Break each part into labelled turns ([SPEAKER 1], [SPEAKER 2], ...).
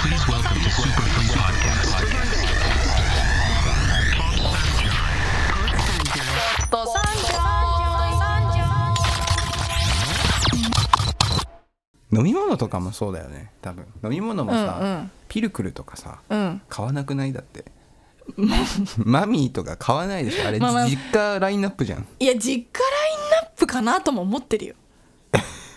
[SPEAKER 1] Please welcome to Super Free Podcast.
[SPEAKER 2] 飲み物とかもそうだよね多分飲み物もさ、
[SPEAKER 3] うんうん
[SPEAKER 2] ピルクルとかさ
[SPEAKER 3] うん
[SPEAKER 2] 買わなくないだってマミーとか買わないでしょあ れ、
[SPEAKER 3] まあまあ
[SPEAKER 2] 実家ラインナップじゃん
[SPEAKER 3] いや実家ラインナップかなとも思ってる よ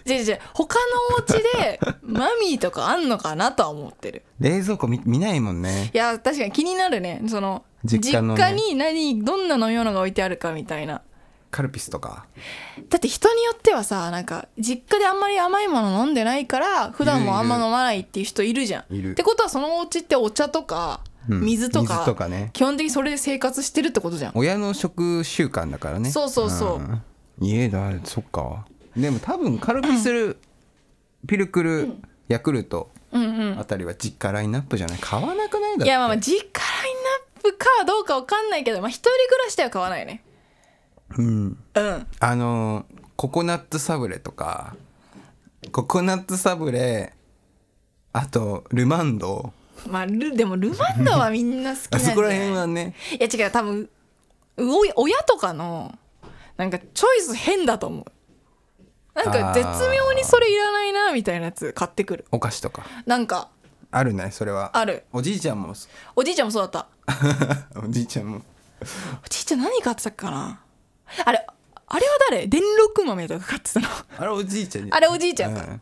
[SPEAKER 3] 違う違う他のお家でマミーとかあんのかなとは思ってる
[SPEAKER 2] 冷蔵庫見見ないもんね
[SPEAKER 3] いや確かに気になるねその
[SPEAKER 2] 実家のね
[SPEAKER 3] 実に何どんな飲み物が置いてあるかみたいな
[SPEAKER 2] カルピスとか
[SPEAKER 3] だって人によってはさなんか実家であんまり甘いもの飲んでないから普段もあんま飲まないっていう人いるじゃん
[SPEAKER 2] いる
[SPEAKER 3] ってことはそのお家ってお茶とか
[SPEAKER 2] うん
[SPEAKER 3] 水とか,、
[SPEAKER 2] 水とかね
[SPEAKER 3] 基本的にそれで生活してるってことじゃん
[SPEAKER 2] 親の食習慣だからね
[SPEAKER 3] そうそうそうん
[SPEAKER 2] 家だそっかでも多分カルピスるピルクルヤクルト
[SPEAKER 3] うんうん
[SPEAKER 2] あたりは実家ラインナップじゃない買わなくないだって
[SPEAKER 3] いやまあまあ実家ラインナップかどうかわかんないけどまあ一人暮らしでは買わないね
[SPEAKER 2] うん
[SPEAKER 3] うん
[SPEAKER 2] あのーココナッツサブレとかココナッツサブレあとルマンド
[SPEAKER 3] まあルでもルマンドはみんな好きな
[SPEAKER 2] あ
[SPEAKER 3] んじ
[SPEAKER 2] そ
[SPEAKER 3] ゃ
[SPEAKER 2] こら
[SPEAKER 3] ない
[SPEAKER 2] 辺はね
[SPEAKER 3] いや違う多分うお親とかのなんかチョイス変だと思うなんか絶妙にそれいらないなみたいなやつ買ってくる
[SPEAKER 2] お菓子とか
[SPEAKER 3] なんか
[SPEAKER 2] あるねそれは
[SPEAKER 3] ある
[SPEAKER 2] おじいちゃんも
[SPEAKER 3] おじいちゃんもそうだった
[SPEAKER 2] おじいちゃんも
[SPEAKER 3] おじいちゃん何買ってたっけかなあれあれは誰電力豆とか買ってたの
[SPEAKER 2] あれおじいちゃん
[SPEAKER 3] あれおじいちゃんか
[SPEAKER 2] うん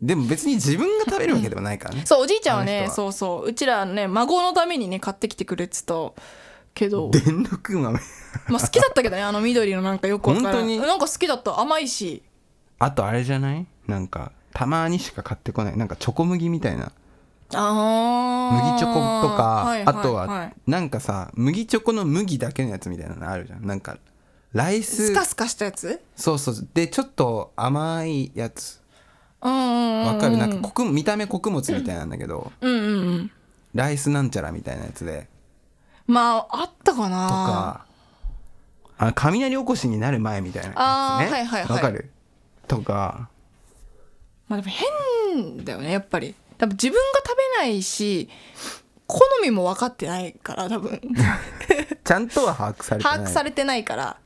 [SPEAKER 2] でも別に自分が食べるわけではないからね
[SPEAKER 3] そうおじいちゃんは
[SPEAKER 2] あの
[SPEAKER 3] ね
[SPEAKER 2] 人
[SPEAKER 3] そうそううちらね孫のためにね買ってきてくれてたけど
[SPEAKER 2] 電力豆
[SPEAKER 3] まあ好きだったけどねあの緑のなんかよくわから
[SPEAKER 2] 本当
[SPEAKER 3] な
[SPEAKER 2] に
[SPEAKER 3] いなんか好きだった甘いし
[SPEAKER 2] あとあれじゃないなんかたまにしか買ってこないなんかチョコ麦みたいな
[SPEAKER 3] あー
[SPEAKER 2] 麦チョコとか、
[SPEAKER 3] はいいい
[SPEAKER 2] あとはなんかさ麦チョコの麦だけのやつみたいなのあるじゃんなんかライス
[SPEAKER 3] スカスカしたやつ
[SPEAKER 2] そうそうでちょっと甘いやつ
[SPEAKER 3] うんうんうん
[SPEAKER 2] わかるなんか穀見た目穀物みたいなんだけど、
[SPEAKER 3] うんうんうん
[SPEAKER 2] ライスなんちゃらみたいなやつで
[SPEAKER 3] まああったかな
[SPEAKER 2] とかあ雷おこしになる前みたいなやつね
[SPEAKER 3] あーはいはいはい
[SPEAKER 2] わかるとか
[SPEAKER 3] まあでも変だよねやっぱり多分自分が食べないし好みも分かってないから多 分
[SPEAKER 2] ちゃんとは把握されてない
[SPEAKER 3] 把握されてないから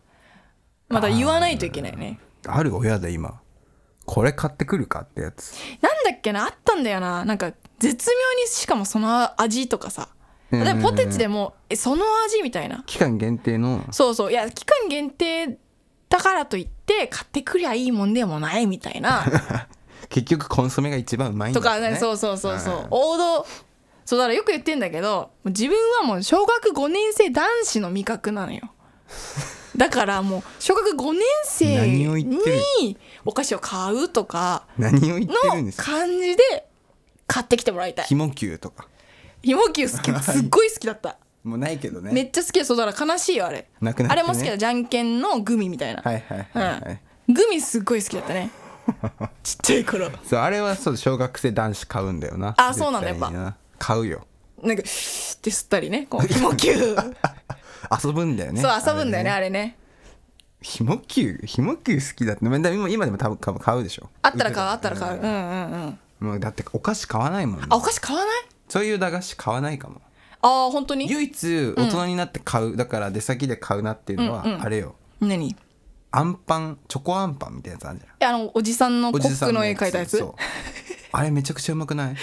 [SPEAKER 3] まだ言わないといけないね
[SPEAKER 2] ある親で今これ買ってくるかってやつ
[SPEAKER 3] なんだっけなあったんだよななんか絶妙にしかもその味とかさ
[SPEAKER 2] うんうんう
[SPEAKER 3] で
[SPEAKER 2] ん
[SPEAKER 3] ポテチでもえその味みたいな
[SPEAKER 2] 期間限定の
[SPEAKER 3] そうそういや期間限定だからといって買ってくりゃいいもんでもないみたい な
[SPEAKER 2] 結局コンソメが一番うまいんだ
[SPEAKER 3] とか、
[SPEAKER 2] よね
[SPEAKER 3] そうそうそうそう、
[SPEAKER 2] うん
[SPEAKER 3] 王道そうだからよく言ってんだけど自分はもう小学5年生男子の味覚なの よだからもう小学5年生
[SPEAKER 2] 何を言ってる
[SPEAKER 3] にお菓子を買うとか
[SPEAKER 2] 何を言ってるんで
[SPEAKER 3] の
[SPEAKER 2] すか
[SPEAKER 3] 感じで買ってきてもらいたい
[SPEAKER 2] ひもきゅうとか
[SPEAKER 3] ひもきゅう好 きすっごい好きだった
[SPEAKER 2] もうないけどね
[SPEAKER 3] めっちゃ好きでそうだから悲しいよあれ
[SPEAKER 2] なくなってね
[SPEAKER 3] あれも好きだじゃんけんのグミみたいな
[SPEAKER 2] はいはいはいはい、
[SPEAKER 3] うん、グミすっごい好きだった ねちっちゃい頃
[SPEAKER 2] そうあれはそう小学生男子買うんだよな
[SPEAKER 3] あそうなんだやっぱ
[SPEAKER 2] 絶対にな買うよ
[SPEAKER 3] なんか「シュッて吸ったりねこうひもきゅう
[SPEAKER 2] 遊ぶんだよね
[SPEAKER 3] そう遊ぶんだよねあれね
[SPEAKER 2] ひもきゅうひもきゅう好きだってまあでも今でも多分買う買うでしょ
[SPEAKER 3] あったら買うあったら買ううんうんうん
[SPEAKER 2] もうだってお菓子買わないもん、ね
[SPEAKER 3] あ、お菓子買わない
[SPEAKER 2] そういう駄菓子買わないかも
[SPEAKER 3] あー本当に
[SPEAKER 2] 唯一大人になって買う、だから出先で買うなっていうのは、あれよ
[SPEAKER 3] 何い
[SPEAKER 2] あんパンチョコあんパンみたいなやつあるじゃん
[SPEAKER 3] やあのおじさんのコ
[SPEAKER 2] おじさ
[SPEAKER 3] ッ
[SPEAKER 2] ん
[SPEAKER 3] クの絵描いたやつ
[SPEAKER 2] そうあれめちゃくちゃうまくない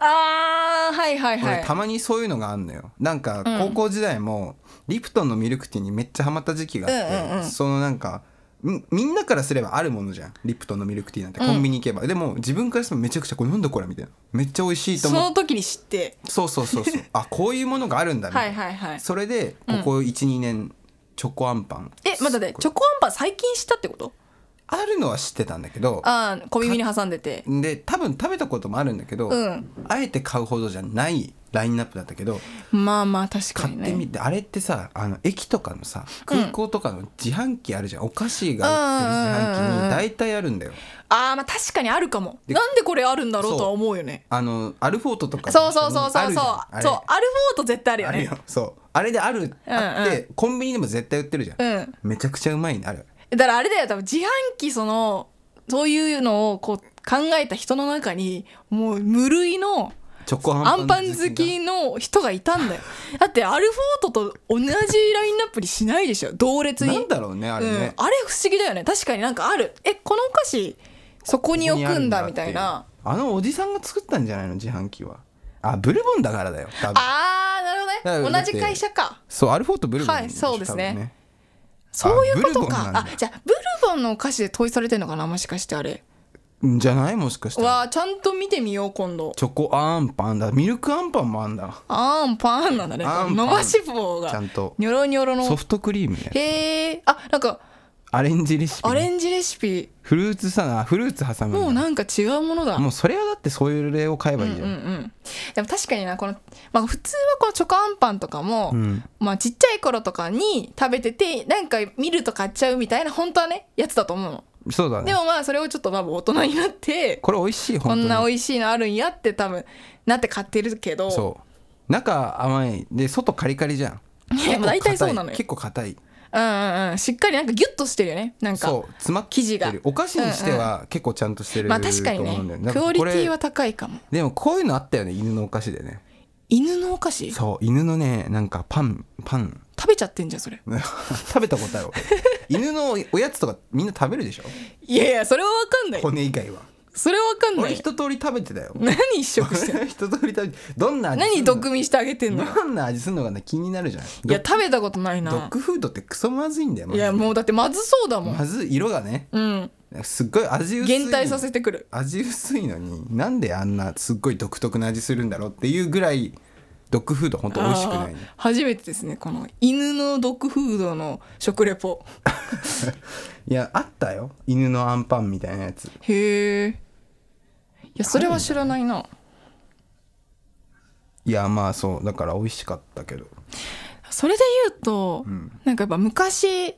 [SPEAKER 3] あーはいはいは
[SPEAKER 2] 俺
[SPEAKER 3] い
[SPEAKER 2] たまにそういうのがあんのよなんか高校時代もリプトンのミルクティーにめっちゃハマった時期があって、
[SPEAKER 3] うんうんうん
[SPEAKER 2] そのなんかみみんなからすればあるものじゃんリプトンのミルクティーなんてコンビニ行けば、でも自分からすればめちゃくちゃこれ飲んだこれみたいなめっちゃ美味しい
[SPEAKER 3] そ
[SPEAKER 2] と思っ
[SPEAKER 3] の時に知って
[SPEAKER 2] そうそうそう そうあこういうものがあるんだみた
[SPEAKER 3] はいい
[SPEAKER 2] な、
[SPEAKER 3] はいはい
[SPEAKER 2] それでここ12、年チョコアンパン
[SPEAKER 3] えまだでチョコアンパン最近知ったってこと
[SPEAKER 2] あるのは知ってたんだけど
[SPEAKER 3] ああ小耳に挟んでて
[SPEAKER 2] で多分食べたこともあるんだけど、
[SPEAKER 3] うん
[SPEAKER 2] あえて買うほどじゃないラインナップだったけど
[SPEAKER 3] まあまあ確か
[SPEAKER 2] 買っ
[SPEAKER 3] に
[SPEAKER 2] てみ
[SPEAKER 3] ね
[SPEAKER 2] て、あれってさあの駅とかのさ空港とかの自販機あるじゃん、お菓子が売ってる自
[SPEAKER 3] うんうんうんう
[SPEAKER 2] 販機
[SPEAKER 3] ん
[SPEAKER 2] に大体あるんだよ
[SPEAKER 3] あーまあ確かにあるかも
[SPEAKER 2] で
[SPEAKER 3] なんでこれあるんだろうとは思うよね
[SPEAKER 2] あのアルフォートとか
[SPEAKER 3] そうそうそうそうそう
[SPEAKER 2] あるじ
[SPEAKER 3] そ
[SPEAKER 2] ゃん
[SPEAKER 3] うアルフォート絶対ある
[SPEAKER 2] あ
[SPEAKER 3] よ
[SPEAKER 2] れある
[SPEAKER 3] ね
[SPEAKER 2] よそうあれであるあって、コンビニでも絶対売ってるじゃん、
[SPEAKER 3] うん
[SPEAKER 2] めちゃくちゃうまいねあれ
[SPEAKER 3] だからあれだよ多分自販機そのそういうのをこう考えた人の中にもう無類の
[SPEAKER 2] チョコ
[SPEAKER 3] ア
[SPEAKER 2] ア
[SPEAKER 3] ン
[SPEAKER 2] ン
[SPEAKER 3] パ
[SPEAKER 2] パ
[SPEAKER 3] ン
[SPEAKER 2] ン
[SPEAKER 3] 好き
[SPEAKER 2] 好き
[SPEAKER 3] の人がいた んだよだってアルフォートと同じラインナップにしないでしょ同列に
[SPEAKER 2] なんだろうねあれ
[SPEAKER 3] うん、あれ
[SPEAKER 2] ね、
[SPEAKER 3] 不思議だよね確かになんかあるえこのお菓子そこに置くんだみたいな
[SPEAKER 2] あのおじさんが作ったんじゃないの自販機はあブルボンだからだよ多分
[SPEAKER 3] あーなるほど
[SPEAKER 2] だ
[SPEAKER 3] ね
[SPEAKER 2] って
[SPEAKER 3] 同じ会社か
[SPEAKER 2] そうアルフォートブルボン
[SPEAKER 3] はいそうですね
[SPEAKER 2] 多分ね
[SPEAKER 3] そういうこと
[SPEAKER 2] ブルボ
[SPEAKER 3] か
[SPEAKER 2] ンな
[SPEAKER 3] あ
[SPEAKER 2] んだ
[SPEAKER 3] じゃあブルボンのお菓子で統一されてんのかなもしかしてあれ
[SPEAKER 2] んじゃないもしかしたら
[SPEAKER 3] わあちゃんと見てみよう今度
[SPEAKER 2] チョコアンパンだミルクアンパンもあんだ
[SPEAKER 3] あんパンなんだね
[SPEAKER 2] あんパン
[SPEAKER 3] 伸ばし棒が
[SPEAKER 2] ちゃんと
[SPEAKER 3] ニョロニョロ
[SPEAKER 2] ソ
[SPEAKER 3] の
[SPEAKER 2] フトクリームね
[SPEAKER 3] へえあなんか
[SPEAKER 2] アレンジレシピ
[SPEAKER 3] ア
[SPEAKER 2] ね、
[SPEAKER 3] レンジレシピ
[SPEAKER 2] フルーツさあフルーツ挟むんだ
[SPEAKER 3] もうなんか違うものだ
[SPEAKER 2] もうそれはだってそういう例を買えばいいじゃん、
[SPEAKER 3] うんうん、でも確かになこの、まあ、普通はこのチョコアンパンとかも、
[SPEAKER 2] ん
[SPEAKER 3] まあ、ちっちゃい頃とかに食べててなんか見ると買っちゃうみたいな本当はねやつだと思うの
[SPEAKER 2] そうだね
[SPEAKER 3] でもまあそれをちょっとまあ大人になって
[SPEAKER 2] これ美味しい
[SPEAKER 3] こ
[SPEAKER 2] 本当に
[SPEAKER 3] んな美味しいのあるんやって多分なって買ってるけど
[SPEAKER 2] そう中甘いで外カリカリじゃん
[SPEAKER 3] いやまあ大体そうなのよ
[SPEAKER 2] 結構硬い
[SPEAKER 3] うんうんうんしっかりなんかギュッとしてるよねなんか
[SPEAKER 2] そう詰まって
[SPEAKER 3] 生地が
[SPEAKER 2] るお菓子にしては結構ちゃんとしてる
[SPEAKER 3] まあ確かに
[SPEAKER 2] と思うんだよ
[SPEAKER 3] ね
[SPEAKER 2] ね
[SPEAKER 3] クオリティは
[SPEAKER 2] こ
[SPEAKER 3] 高いかも
[SPEAKER 2] れでもこういうのあったよね犬のお菓子でね
[SPEAKER 3] 犬のお菓子食
[SPEAKER 2] そう犬のねなんかパンパン
[SPEAKER 3] べちゃってんじゃんそれ
[SPEAKER 2] 食べたことある俺犬のおやつとかみんな食べるでしょ
[SPEAKER 3] いやいやそれは分かんない
[SPEAKER 2] 骨以外は
[SPEAKER 3] それは分かんな
[SPEAKER 2] 俺
[SPEAKER 3] い
[SPEAKER 2] 一通り食べてたよ
[SPEAKER 3] 何一食してんの
[SPEAKER 2] 俺 一通り食べてどんな味す
[SPEAKER 3] 何
[SPEAKER 2] んの
[SPEAKER 3] 毒味してあげてんの
[SPEAKER 2] どんな味するのかな気になるじゃん
[SPEAKER 3] いや食べたことない
[SPEAKER 2] ドッ
[SPEAKER 3] な
[SPEAKER 2] グフードってクソまずいんだよ
[SPEAKER 3] い
[SPEAKER 2] マジで
[SPEAKER 3] やもうだってまずそうだもん
[SPEAKER 2] まずい色がね
[SPEAKER 3] うん
[SPEAKER 2] すっごい味薄い
[SPEAKER 3] 減退させてくる
[SPEAKER 2] 味薄いのになんであんなすっごい独特な味するんだろうっていうぐらいドッグフードほんと美味しくない、ね
[SPEAKER 3] あー、初めてですねこの犬のドッグフードの食レポ
[SPEAKER 2] いやあったよ犬のアンパンみたいなやつ
[SPEAKER 3] へえいやそれは知らないない
[SPEAKER 2] やまあそうだから美味しかったけど
[SPEAKER 3] それで言うと、
[SPEAKER 2] ん
[SPEAKER 3] なんかやっぱ昔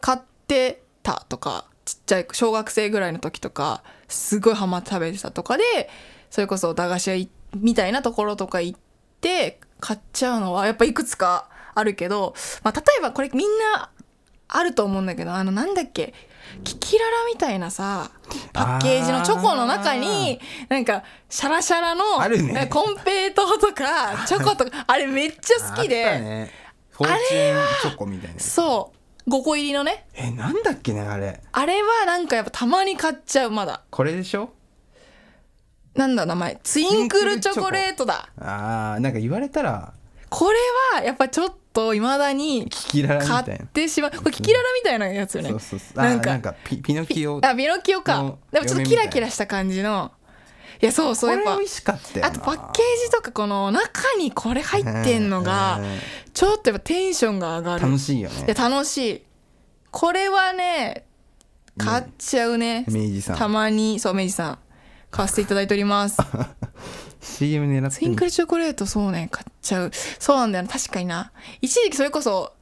[SPEAKER 3] 買ってたとかちっちゃい小学生ぐらいの時とかすごいハマって食べてたとかでそれこそ駄菓子屋いみたいなところとか行って買っちゃうのはやっぱいくつかあるけど、まあ、例えばこれみんなあると思うんだけどあのなんだっけキキララみたいなさパッケージのチョコの中になんかシャラシャラの
[SPEAKER 2] あるね
[SPEAKER 3] なんかコンペイトーとかチョコとかあれめっちゃ好きで。
[SPEAKER 2] あったねフォーチュンチョコみたいな
[SPEAKER 3] そう5個入りのね
[SPEAKER 2] えなんだっけねあれ
[SPEAKER 3] あれはなんかやっぱたまに買っちゃうまだ
[SPEAKER 2] これでしょ
[SPEAKER 3] なんだ名前ツインクルチョコレートだ
[SPEAKER 2] あーなんか言われたら
[SPEAKER 3] これはやっぱちょっといまだに
[SPEAKER 2] キキララみ
[SPEAKER 3] 買
[SPEAKER 2] たい
[SPEAKER 3] っ
[SPEAKER 2] な
[SPEAKER 3] てしまうこれキキララみたいなやつよね
[SPEAKER 2] そうそうそうあ
[SPEAKER 3] な
[SPEAKER 2] ー
[SPEAKER 3] んか
[SPEAKER 2] なんかピピノ
[SPEAKER 3] ピ
[SPEAKER 2] キオ
[SPEAKER 3] あビノキオか
[SPEAKER 2] の
[SPEAKER 3] でもちょっとキラキラした感じのいやそうそ
[SPEAKER 2] こ
[SPEAKER 3] うや
[SPEAKER 2] れ
[SPEAKER 3] っ
[SPEAKER 2] 美
[SPEAKER 3] ぱ
[SPEAKER 2] 味しかったよな
[SPEAKER 3] あとパッケージとかこの中にこれ入ってんのが
[SPEAKER 2] うんうん
[SPEAKER 3] ちょっとやっぱテンションが上がる
[SPEAKER 2] 楽しいよ
[SPEAKER 3] いや
[SPEAKER 2] ね
[SPEAKER 3] 楽しいこれはね買っちゃうね
[SPEAKER 2] 明治さん
[SPEAKER 3] たまにそう明治さん買わせていただいております
[SPEAKER 2] CM 狙っ
[SPEAKER 3] ツイ
[SPEAKER 2] て
[SPEAKER 3] ン
[SPEAKER 2] み
[SPEAKER 3] クルチョコレートそうね買っちゃうそうなんだよな確かにな一時期それこそ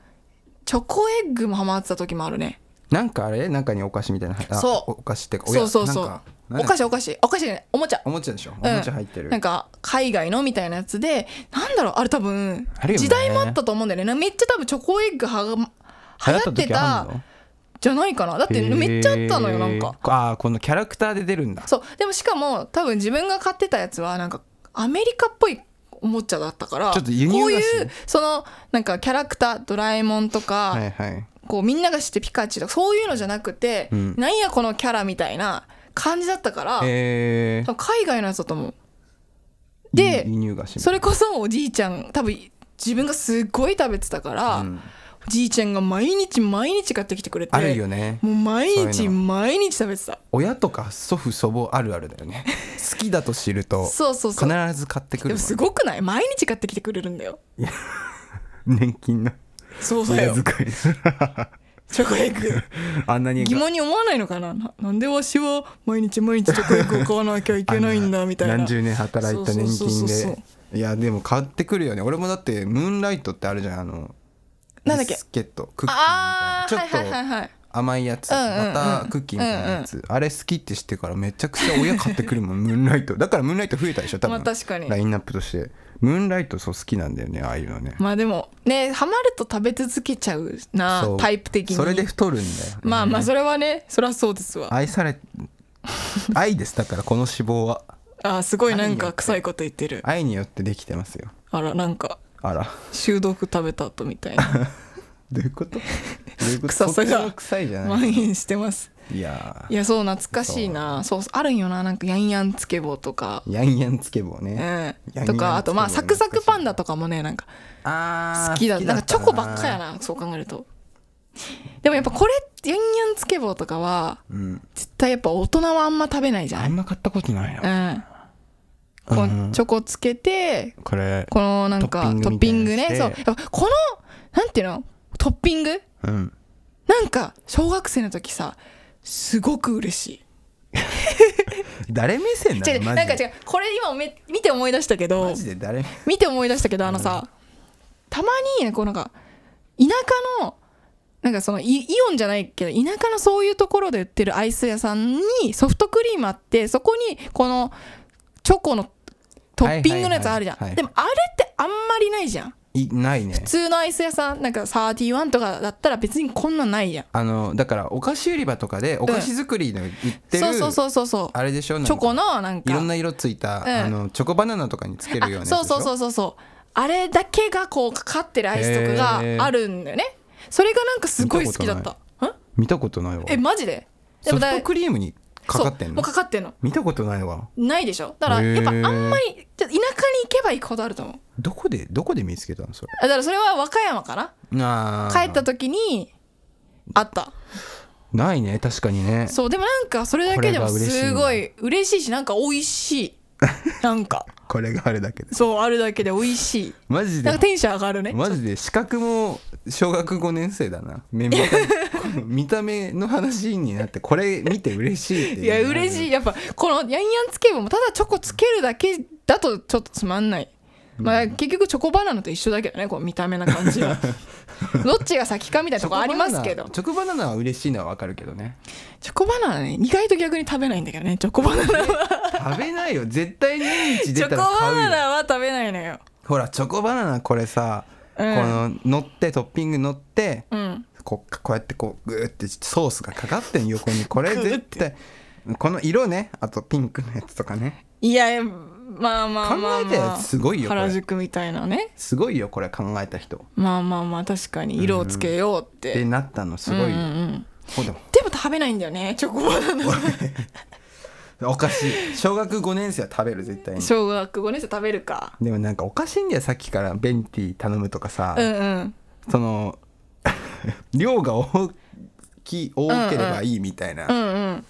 [SPEAKER 3] チョコエッグもハマってた時もあるね
[SPEAKER 2] なんかあれ中にお菓子みたいなあ
[SPEAKER 3] そう
[SPEAKER 2] お菓子ってかおや
[SPEAKER 3] そうそうそ
[SPEAKER 2] なん
[SPEAKER 3] う
[SPEAKER 2] かなん
[SPEAKER 3] お
[SPEAKER 2] だ
[SPEAKER 3] 菓子お菓子お菓子じゃないおもちゃ
[SPEAKER 2] おもちゃでしょお
[SPEAKER 3] うん
[SPEAKER 2] もちゃ入ってる、
[SPEAKER 3] なんか海外のみたいなやつでなんだろうあれ多分
[SPEAKER 2] あるよね
[SPEAKER 3] 時代もあったと思うんだよねなめっちゃ多分チョコエッグはが流行ってたじゃないかなだってめっちゃあったのよなんか
[SPEAKER 2] ああーこのキャラクターで出るんだ
[SPEAKER 3] そうでもしかも多分自分が買ってたやつはなんかアメリカっぽいおもちゃだったから
[SPEAKER 2] ちょっと輸入
[SPEAKER 3] こうい
[SPEAKER 2] だしね
[SPEAKER 3] うそのなんかキャラクタードラえもんとか、
[SPEAKER 2] はいはい
[SPEAKER 3] こうみんなが知ってピカチュウとかそういうのじゃなくて、
[SPEAKER 2] うん
[SPEAKER 3] なんやこのキャラみたいな感じだったから、
[SPEAKER 2] えー
[SPEAKER 3] 多分海外のやつだと思うで
[SPEAKER 2] 輸輸入菓子
[SPEAKER 3] それこそおじいちゃん多分自分がすっごい食べてたから、
[SPEAKER 2] うん
[SPEAKER 3] おじいちゃんが毎日毎日買ってきてくれて
[SPEAKER 2] あるよね
[SPEAKER 3] もう毎
[SPEAKER 2] そうい
[SPEAKER 3] 日
[SPEAKER 2] うの
[SPEAKER 3] 毎日食べてた
[SPEAKER 2] 親とか祖父祖母あるあるだよ ね好きだと知ると
[SPEAKER 3] そうそうそう
[SPEAKER 2] 必ず買ってく
[SPEAKER 3] で
[SPEAKER 2] る
[SPEAKER 3] も
[SPEAKER 2] もん
[SPEAKER 3] すごくない毎日買ってきてくれるんだよ
[SPEAKER 2] 年金の
[SPEAKER 3] そうだ
[SPEAKER 2] 親
[SPEAKER 3] よ
[SPEAKER 2] 遣い
[SPEAKER 3] チョコエッグ
[SPEAKER 2] あんなに
[SPEAKER 3] 疑問に思わないのかなななんでわしは毎日毎日チョコエッグを買わなきゃいけないんだみたいな
[SPEAKER 2] 何十年働いた年
[SPEAKER 3] そうそうそ
[SPEAKER 2] 金
[SPEAKER 3] うそう
[SPEAKER 2] でいやでも買ってくるよね俺もだってムーンライトってあるじゃんあの
[SPEAKER 3] なんだっけ
[SPEAKER 2] ビスケットクッキーみ
[SPEAKER 3] あー
[SPEAKER 2] たいなちょ
[SPEAKER 3] はいはい
[SPEAKER 2] っ
[SPEAKER 3] はいはい
[SPEAKER 2] と甘いやつ
[SPEAKER 3] うんうんうん
[SPEAKER 2] バタークッキーみたいなやつあれ好きって知ってからめちゃくちゃ親買ってくる もんムーンライトだからムーンライト増えたでしょ多
[SPEAKER 3] まあ
[SPEAKER 2] 分
[SPEAKER 3] 確かに
[SPEAKER 2] ラインナップとしてムーンライトそう好きなんだよねああいうのね
[SPEAKER 3] まあでもねハマると食べ続けちゃうな
[SPEAKER 2] そう
[SPEAKER 3] タイプ的に
[SPEAKER 2] それで太るんだよ
[SPEAKER 3] まあまあそれはねそりゃそうですわ
[SPEAKER 2] 愛され愛ですだからこの脂肪は
[SPEAKER 3] あーすごいなん
[SPEAKER 2] 何や
[SPEAKER 3] か
[SPEAKER 2] って
[SPEAKER 3] 臭いこと言ってる
[SPEAKER 2] 愛によってできてますよ
[SPEAKER 3] あらなんか
[SPEAKER 2] あら
[SPEAKER 3] 臭毒食べた後みたい な
[SPEAKER 2] どういうことどういうこと
[SPEAKER 3] 臭さが
[SPEAKER 2] そっちの臭いじゃな
[SPEAKER 3] 蔓
[SPEAKER 2] い
[SPEAKER 3] 延してます
[SPEAKER 2] いや
[SPEAKER 3] いやそう懐かしいなそうそうあるんよななんかヤンヤンつけ棒とか、
[SPEAKER 2] ーやんやんつけ棒
[SPEAKER 3] う
[SPEAKER 2] ね、
[SPEAKER 3] ん
[SPEAKER 2] ヤンヤン、
[SPEAKER 3] とかあとまあ
[SPEAKER 2] つけ
[SPEAKER 3] サ
[SPEAKER 2] 棒
[SPEAKER 3] ク
[SPEAKER 2] 懐かしい
[SPEAKER 3] サクパンダとかもねなんか
[SPEAKER 2] あー
[SPEAKER 3] 好きだなんかチョコばっかや
[SPEAKER 2] な、
[SPEAKER 3] なそう考えるとでもやっぱこれヤンヤンつけ棒とかは
[SPEAKER 2] うん、
[SPEAKER 3] 絶対やっぱ大人はあんま食べないじゃ
[SPEAKER 2] あ
[SPEAKER 3] ん
[SPEAKER 2] んま買ったことないな、
[SPEAKER 3] うんこ
[SPEAKER 2] うん
[SPEAKER 3] うチョコつけて
[SPEAKER 2] これ
[SPEAKER 3] このなんか
[SPEAKER 2] ト
[SPEAKER 3] ト
[SPEAKER 2] ッ
[SPEAKER 3] ッ
[SPEAKER 2] ピ
[SPEAKER 3] ピ
[SPEAKER 2] ン
[SPEAKER 3] ン
[SPEAKER 2] グ
[SPEAKER 3] グ
[SPEAKER 2] みた
[SPEAKER 3] ね
[SPEAKER 2] いに
[SPEAKER 3] そう
[SPEAKER 2] して
[SPEAKER 3] やっぱこのなんていうのトッピング
[SPEAKER 2] うん
[SPEAKER 3] なんか小学生の時さすごく嬉しい
[SPEAKER 2] 誰目線な
[SPEAKER 3] 違
[SPEAKER 2] の
[SPEAKER 3] う
[SPEAKER 2] マ
[SPEAKER 3] なん
[SPEAKER 2] ジ
[SPEAKER 3] か
[SPEAKER 2] で
[SPEAKER 3] 違うこれ今め見て思い出したけど
[SPEAKER 2] マジで誰目
[SPEAKER 3] 見て思い出したけどあのさたまにこうなんか田舎のなんかそのイイオンじゃないけど田舎のそういうところで売ってるアイス屋さんにソフトクリームあってそこにこのチョコのトッピングのやつあるじゃ
[SPEAKER 2] はいはいはいはい
[SPEAKER 3] んでもあれってあんまりないじゃん
[SPEAKER 2] いないね
[SPEAKER 3] 普通のアイス屋さんなんかサーティワンとかだったら別にこんなんないじゃん
[SPEAKER 2] あのだからお菓子売り場とかでお菓子作りの売ってる、
[SPEAKER 3] そうそうそうそうそう
[SPEAKER 2] あれでしょなんか
[SPEAKER 3] チョコのなんか
[SPEAKER 2] いろんな色ついた、
[SPEAKER 3] ん
[SPEAKER 2] あのチョコバナナとかにつけるよう
[SPEAKER 3] あ
[SPEAKER 2] なやつでしょ
[SPEAKER 3] そうそうそうそうそうあれだけがこうかかってるアイスとか
[SPEAKER 2] へー
[SPEAKER 3] があるんだよねそれがなんかすごい好きだっ
[SPEAKER 2] 見た
[SPEAKER 3] たん
[SPEAKER 2] 見たことないわ
[SPEAKER 3] えマジでで
[SPEAKER 2] ソ
[SPEAKER 3] も
[SPEAKER 2] フ
[SPEAKER 3] だ
[SPEAKER 2] トクリームにかかって
[SPEAKER 3] そうんも
[SPEAKER 2] の
[SPEAKER 3] うかかってんの
[SPEAKER 2] 見たことないわ
[SPEAKER 3] ないでしょだから
[SPEAKER 2] へー
[SPEAKER 3] やっぱあんまりちょっと田舎に行けば行くほどあると思う
[SPEAKER 2] どこでどこで見つけたのそれ
[SPEAKER 3] あだからそれは和歌山かな
[SPEAKER 2] あー
[SPEAKER 3] 帰った時にあった
[SPEAKER 2] ないね確かにね
[SPEAKER 3] そうでもなんかそれだけでも
[SPEAKER 2] これが嬉しいな
[SPEAKER 3] すごい嬉しいしなんか美味しいなんか
[SPEAKER 2] これがあるだけで
[SPEAKER 3] そうあるだけで美味しい
[SPEAKER 2] マ ジで
[SPEAKER 3] なんかテンション上がるね
[SPEAKER 2] マジで資格も小学5年生だなめ 見たこの見た目の話になってこれ見て嬉しいっていう
[SPEAKER 3] いや嬉しいやっぱこのヤンヤンつけ棒もただチョコつけるだけだとちょっとつまんない、まあ、結局チョコバナナと一緒だけどねこう見た目な感じ はどっちが先かみたいなとこありますけど
[SPEAKER 2] チョコバナナチョコバナナは嬉しいのはわかるけどね
[SPEAKER 3] チョコバナナね意外と逆に食べないんだけどねチョコバナナは
[SPEAKER 2] 食べないよ絶対年一出
[SPEAKER 3] チョ
[SPEAKER 2] た
[SPEAKER 3] コ
[SPEAKER 2] ら買
[SPEAKER 3] バ
[SPEAKER 2] う
[SPEAKER 3] ナ
[SPEAKER 2] よ
[SPEAKER 3] ナは食べないのよ
[SPEAKER 2] ほらチョコバナナこれさ、
[SPEAKER 3] うん
[SPEAKER 2] この乗ってトッピング乗って、
[SPEAKER 3] うん
[SPEAKER 2] ここうやってこうグーってソースがかかってん横にこれ
[SPEAKER 3] グー
[SPEAKER 2] 絶
[SPEAKER 3] っ
[SPEAKER 2] 対この色ねあとピンクのやつとかね
[SPEAKER 3] いやまあまあまあ、
[SPEAKER 2] 考えた
[SPEAKER 3] ま
[SPEAKER 2] や
[SPEAKER 3] あ、
[SPEAKER 2] つすごいよこれ
[SPEAKER 3] 原宿みたいなね
[SPEAKER 2] すごいよこれ考えた人
[SPEAKER 3] まあまあまあ確かに色をつけようっ、
[SPEAKER 2] っててなったのすごい、
[SPEAKER 3] うんうん
[SPEAKER 2] ほらでも
[SPEAKER 3] でも食べないんだよねチョコバナ ナ
[SPEAKER 2] おかしい小学5年生は食べる絶対に
[SPEAKER 3] 小学5年生食べるか
[SPEAKER 2] でもなんかおかしいんだよさっきからベンティー頼むとかさ、
[SPEAKER 3] うんうん
[SPEAKER 2] その 量が大きい多ければいいみたいな、
[SPEAKER 3] うんうん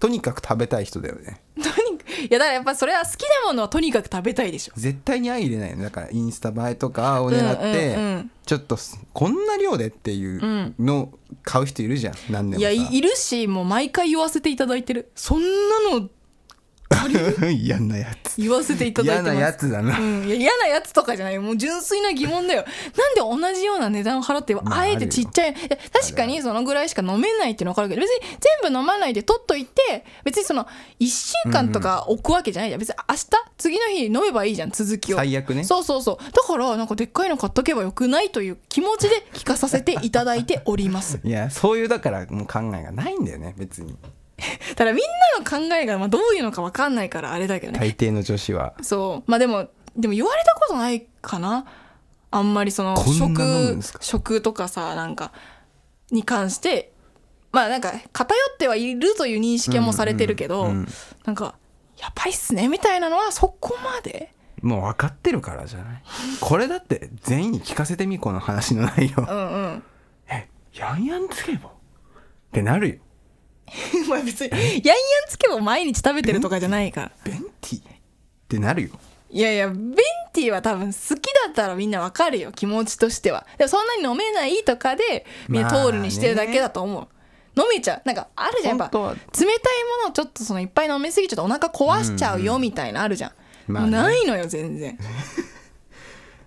[SPEAKER 2] とにかく食べたい人だよね
[SPEAKER 3] とにかくいやだからやっぱそれは好きなものはとにかく食べたいでしょ
[SPEAKER 2] 絶対に相入れないよねだからインスタ映えとかを狙って、
[SPEAKER 3] うんうんうん
[SPEAKER 2] ちょっとすこんな量でっていうの買う人いるじゃん何でも
[SPEAKER 3] い
[SPEAKER 2] さ
[SPEAKER 3] やいいるしもう毎回言わせていただいてるそんなの
[SPEAKER 2] 嫌なやつ
[SPEAKER 3] 言わせていただい
[SPEAKER 2] 嫌
[SPEAKER 3] てま
[SPEAKER 2] な
[SPEAKER 3] す
[SPEAKER 2] やつだな、
[SPEAKER 3] うん、いや嫌なやつとかじゃないもう純粋な疑問だよなんで同じような値段を払って
[SPEAKER 2] まあ
[SPEAKER 3] あえてちっちゃい,、いや確かにそのぐらいしか飲めないっていうの分かるけど別に全部飲まないで取っといて別にその1週間とか置くわけじゃないじゃん別に明日次の日飲めばいいじゃん続きを
[SPEAKER 2] 最悪ね
[SPEAKER 3] そうそうそうだからなんかでっかいの買っとけばよくないという気持ちで聞かさせていただいております
[SPEAKER 2] いやそういうだからもう考えがないんだよね別に
[SPEAKER 3] ただみんなの考えがまあどういうのか分かんないからあれだけどね
[SPEAKER 2] 大抵の女子は
[SPEAKER 3] そうまあでもでも言われたことないかなあんまりその
[SPEAKER 2] こんな飲むん
[SPEAKER 3] 食
[SPEAKER 2] ですか
[SPEAKER 3] 食とかさなんかに関してまあなんか偏ってはいるという認識はもうされてるけど、
[SPEAKER 2] うんうんうん
[SPEAKER 3] なんかやばいっすねみたいなのはそこまで
[SPEAKER 2] もう分かってるからじゃないこれだって全員に聞かせてみこの話の内 容、
[SPEAKER 3] うんうん
[SPEAKER 2] えヤンヤンつけばってなるよ
[SPEAKER 3] まあ別にヤンヤンつけも毎日食べてるとかじゃないから
[SPEAKER 2] ベンティってなるよ
[SPEAKER 3] いやいやベンティーは多分好きだったらみんなわかるよ気持ちとしてはでもそんなに飲めないとかでみんな通るにしてるだけだと思う、飲めちゃうなんかあるじゃんやっ
[SPEAKER 2] 本当
[SPEAKER 3] ぱ
[SPEAKER 2] は
[SPEAKER 3] 冷たいものをちょっとそのいっぱい飲みすぎちゃってお腹壊しちゃうよみたいなあるじゃん、
[SPEAKER 2] まあね
[SPEAKER 3] もうないのよ全然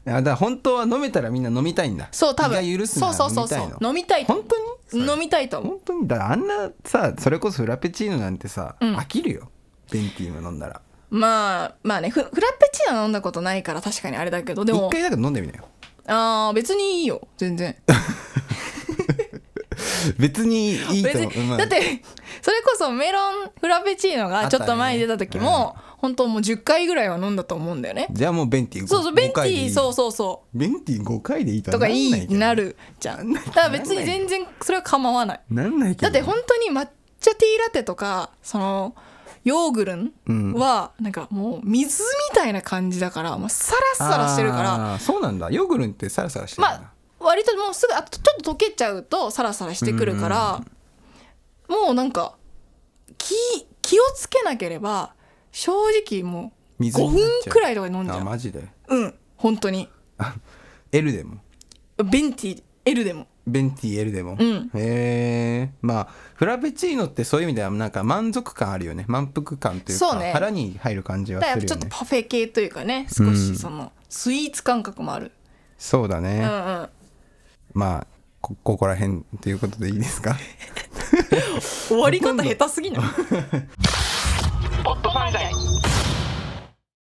[SPEAKER 2] あだから本当は飲めたらみんな飲みたいんだ
[SPEAKER 3] そう多分
[SPEAKER 2] 胃が許すな
[SPEAKER 3] そう
[SPEAKER 2] ら
[SPEAKER 3] そう
[SPEAKER 2] 飲
[SPEAKER 3] そ
[SPEAKER 2] み
[SPEAKER 3] う
[SPEAKER 2] た
[SPEAKER 3] そ
[SPEAKER 2] い
[SPEAKER 3] 飲みたい
[SPEAKER 2] うの
[SPEAKER 3] と
[SPEAKER 2] 本
[SPEAKER 3] 思う
[SPEAKER 2] 当にそれ
[SPEAKER 3] 飲みたいと思う
[SPEAKER 2] 本当にだからあんなさそれこそフラペチーノなんてさ、
[SPEAKER 3] うん
[SPEAKER 2] 飽きるよベンティーも飲んだら
[SPEAKER 3] まあまあねフフラペチーノ飲んだことないから確かにあれだけどで
[SPEAKER 2] 一
[SPEAKER 3] も
[SPEAKER 2] 回だから飲んでみなよ
[SPEAKER 3] あー別にいいよ全然
[SPEAKER 2] 別にいいと
[SPEAKER 3] 別
[SPEAKER 2] 思う、うん
[SPEAKER 3] にだってそれこそメロンフラペチーノがちょっと前に出た時も本当もう10回ぐらいは飲んだと思うんだよね
[SPEAKER 2] じゃあもうベンティー
[SPEAKER 3] そうそうベンティーそううそうそう
[SPEAKER 2] ベンティー5回でいいと
[SPEAKER 3] と
[SPEAKER 2] はな
[SPEAKER 3] か
[SPEAKER 2] んないいけ
[SPEAKER 3] い
[SPEAKER 2] ど
[SPEAKER 3] なるじゃんだから別に全然それは構わない
[SPEAKER 2] なんないけ
[SPEAKER 3] だ
[SPEAKER 2] ど
[SPEAKER 3] って本当に抹茶ティーラテとかそのヨーグルンはなんかもう水みたいな感じだからもうサラッサラしてるから
[SPEAKER 2] あーそうなんだヨーグルンってサラサラしてるん
[SPEAKER 3] ま
[SPEAKER 2] だ
[SPEAKER 3] あ割ともうすぐあとちょっと溶けちゃうとサラサラしてくるからもうなんか気気をつけなければ正直もう
[SPEAKER 2] 水
[SPEAKER 3] 5
[SPEAKER 2] になっ
[SPEAKER 3] 分
[SPEAKER 2] ちゃう
[SPEAKER 3] くらいとかで飲んじゃ
[SPEAKER 2] あ
[SPEAKER 3] う
[SPEAKER 2] マジで
[SPEAKER 3] うん本当に
[SPEAKER 2] L でも
[SPEAKER 3] ベンティー L でも
[SPEAKER 2] ベンティー L でも、
[SPEAKER 3] うん
[SPEAKER 2] へえまあフラペチーノってそういう意味ではなんか満足感あるよね満腹感というか
[SPEAKER 3] そうね
[SPEAKER 2] 腹に入る感じは
[SPEAKER 3] だからや
[SPEAKER 2] す
[SPEAKER 3] っ
[SPEAKER 2] る
[SPEAKER 3] ぱちょっ
[SPEAKER 2] よ
[SPEAKER 3] と
[SPEAKER 2] ね
[SPEAKER 3] パフェ系というかね少しそのスイーツ感覚もある
[SPEAKER 2] そうだ
[SPEAKER 3] う
[SPEAKER 2] ね、
[SPEAKER 3] んうん
[SPEAKER 2] まあこここら辺ということでいいですか
[SPEAKER 3] 終わり方下手すぎない
[SPEAKER 1] ポッドファイター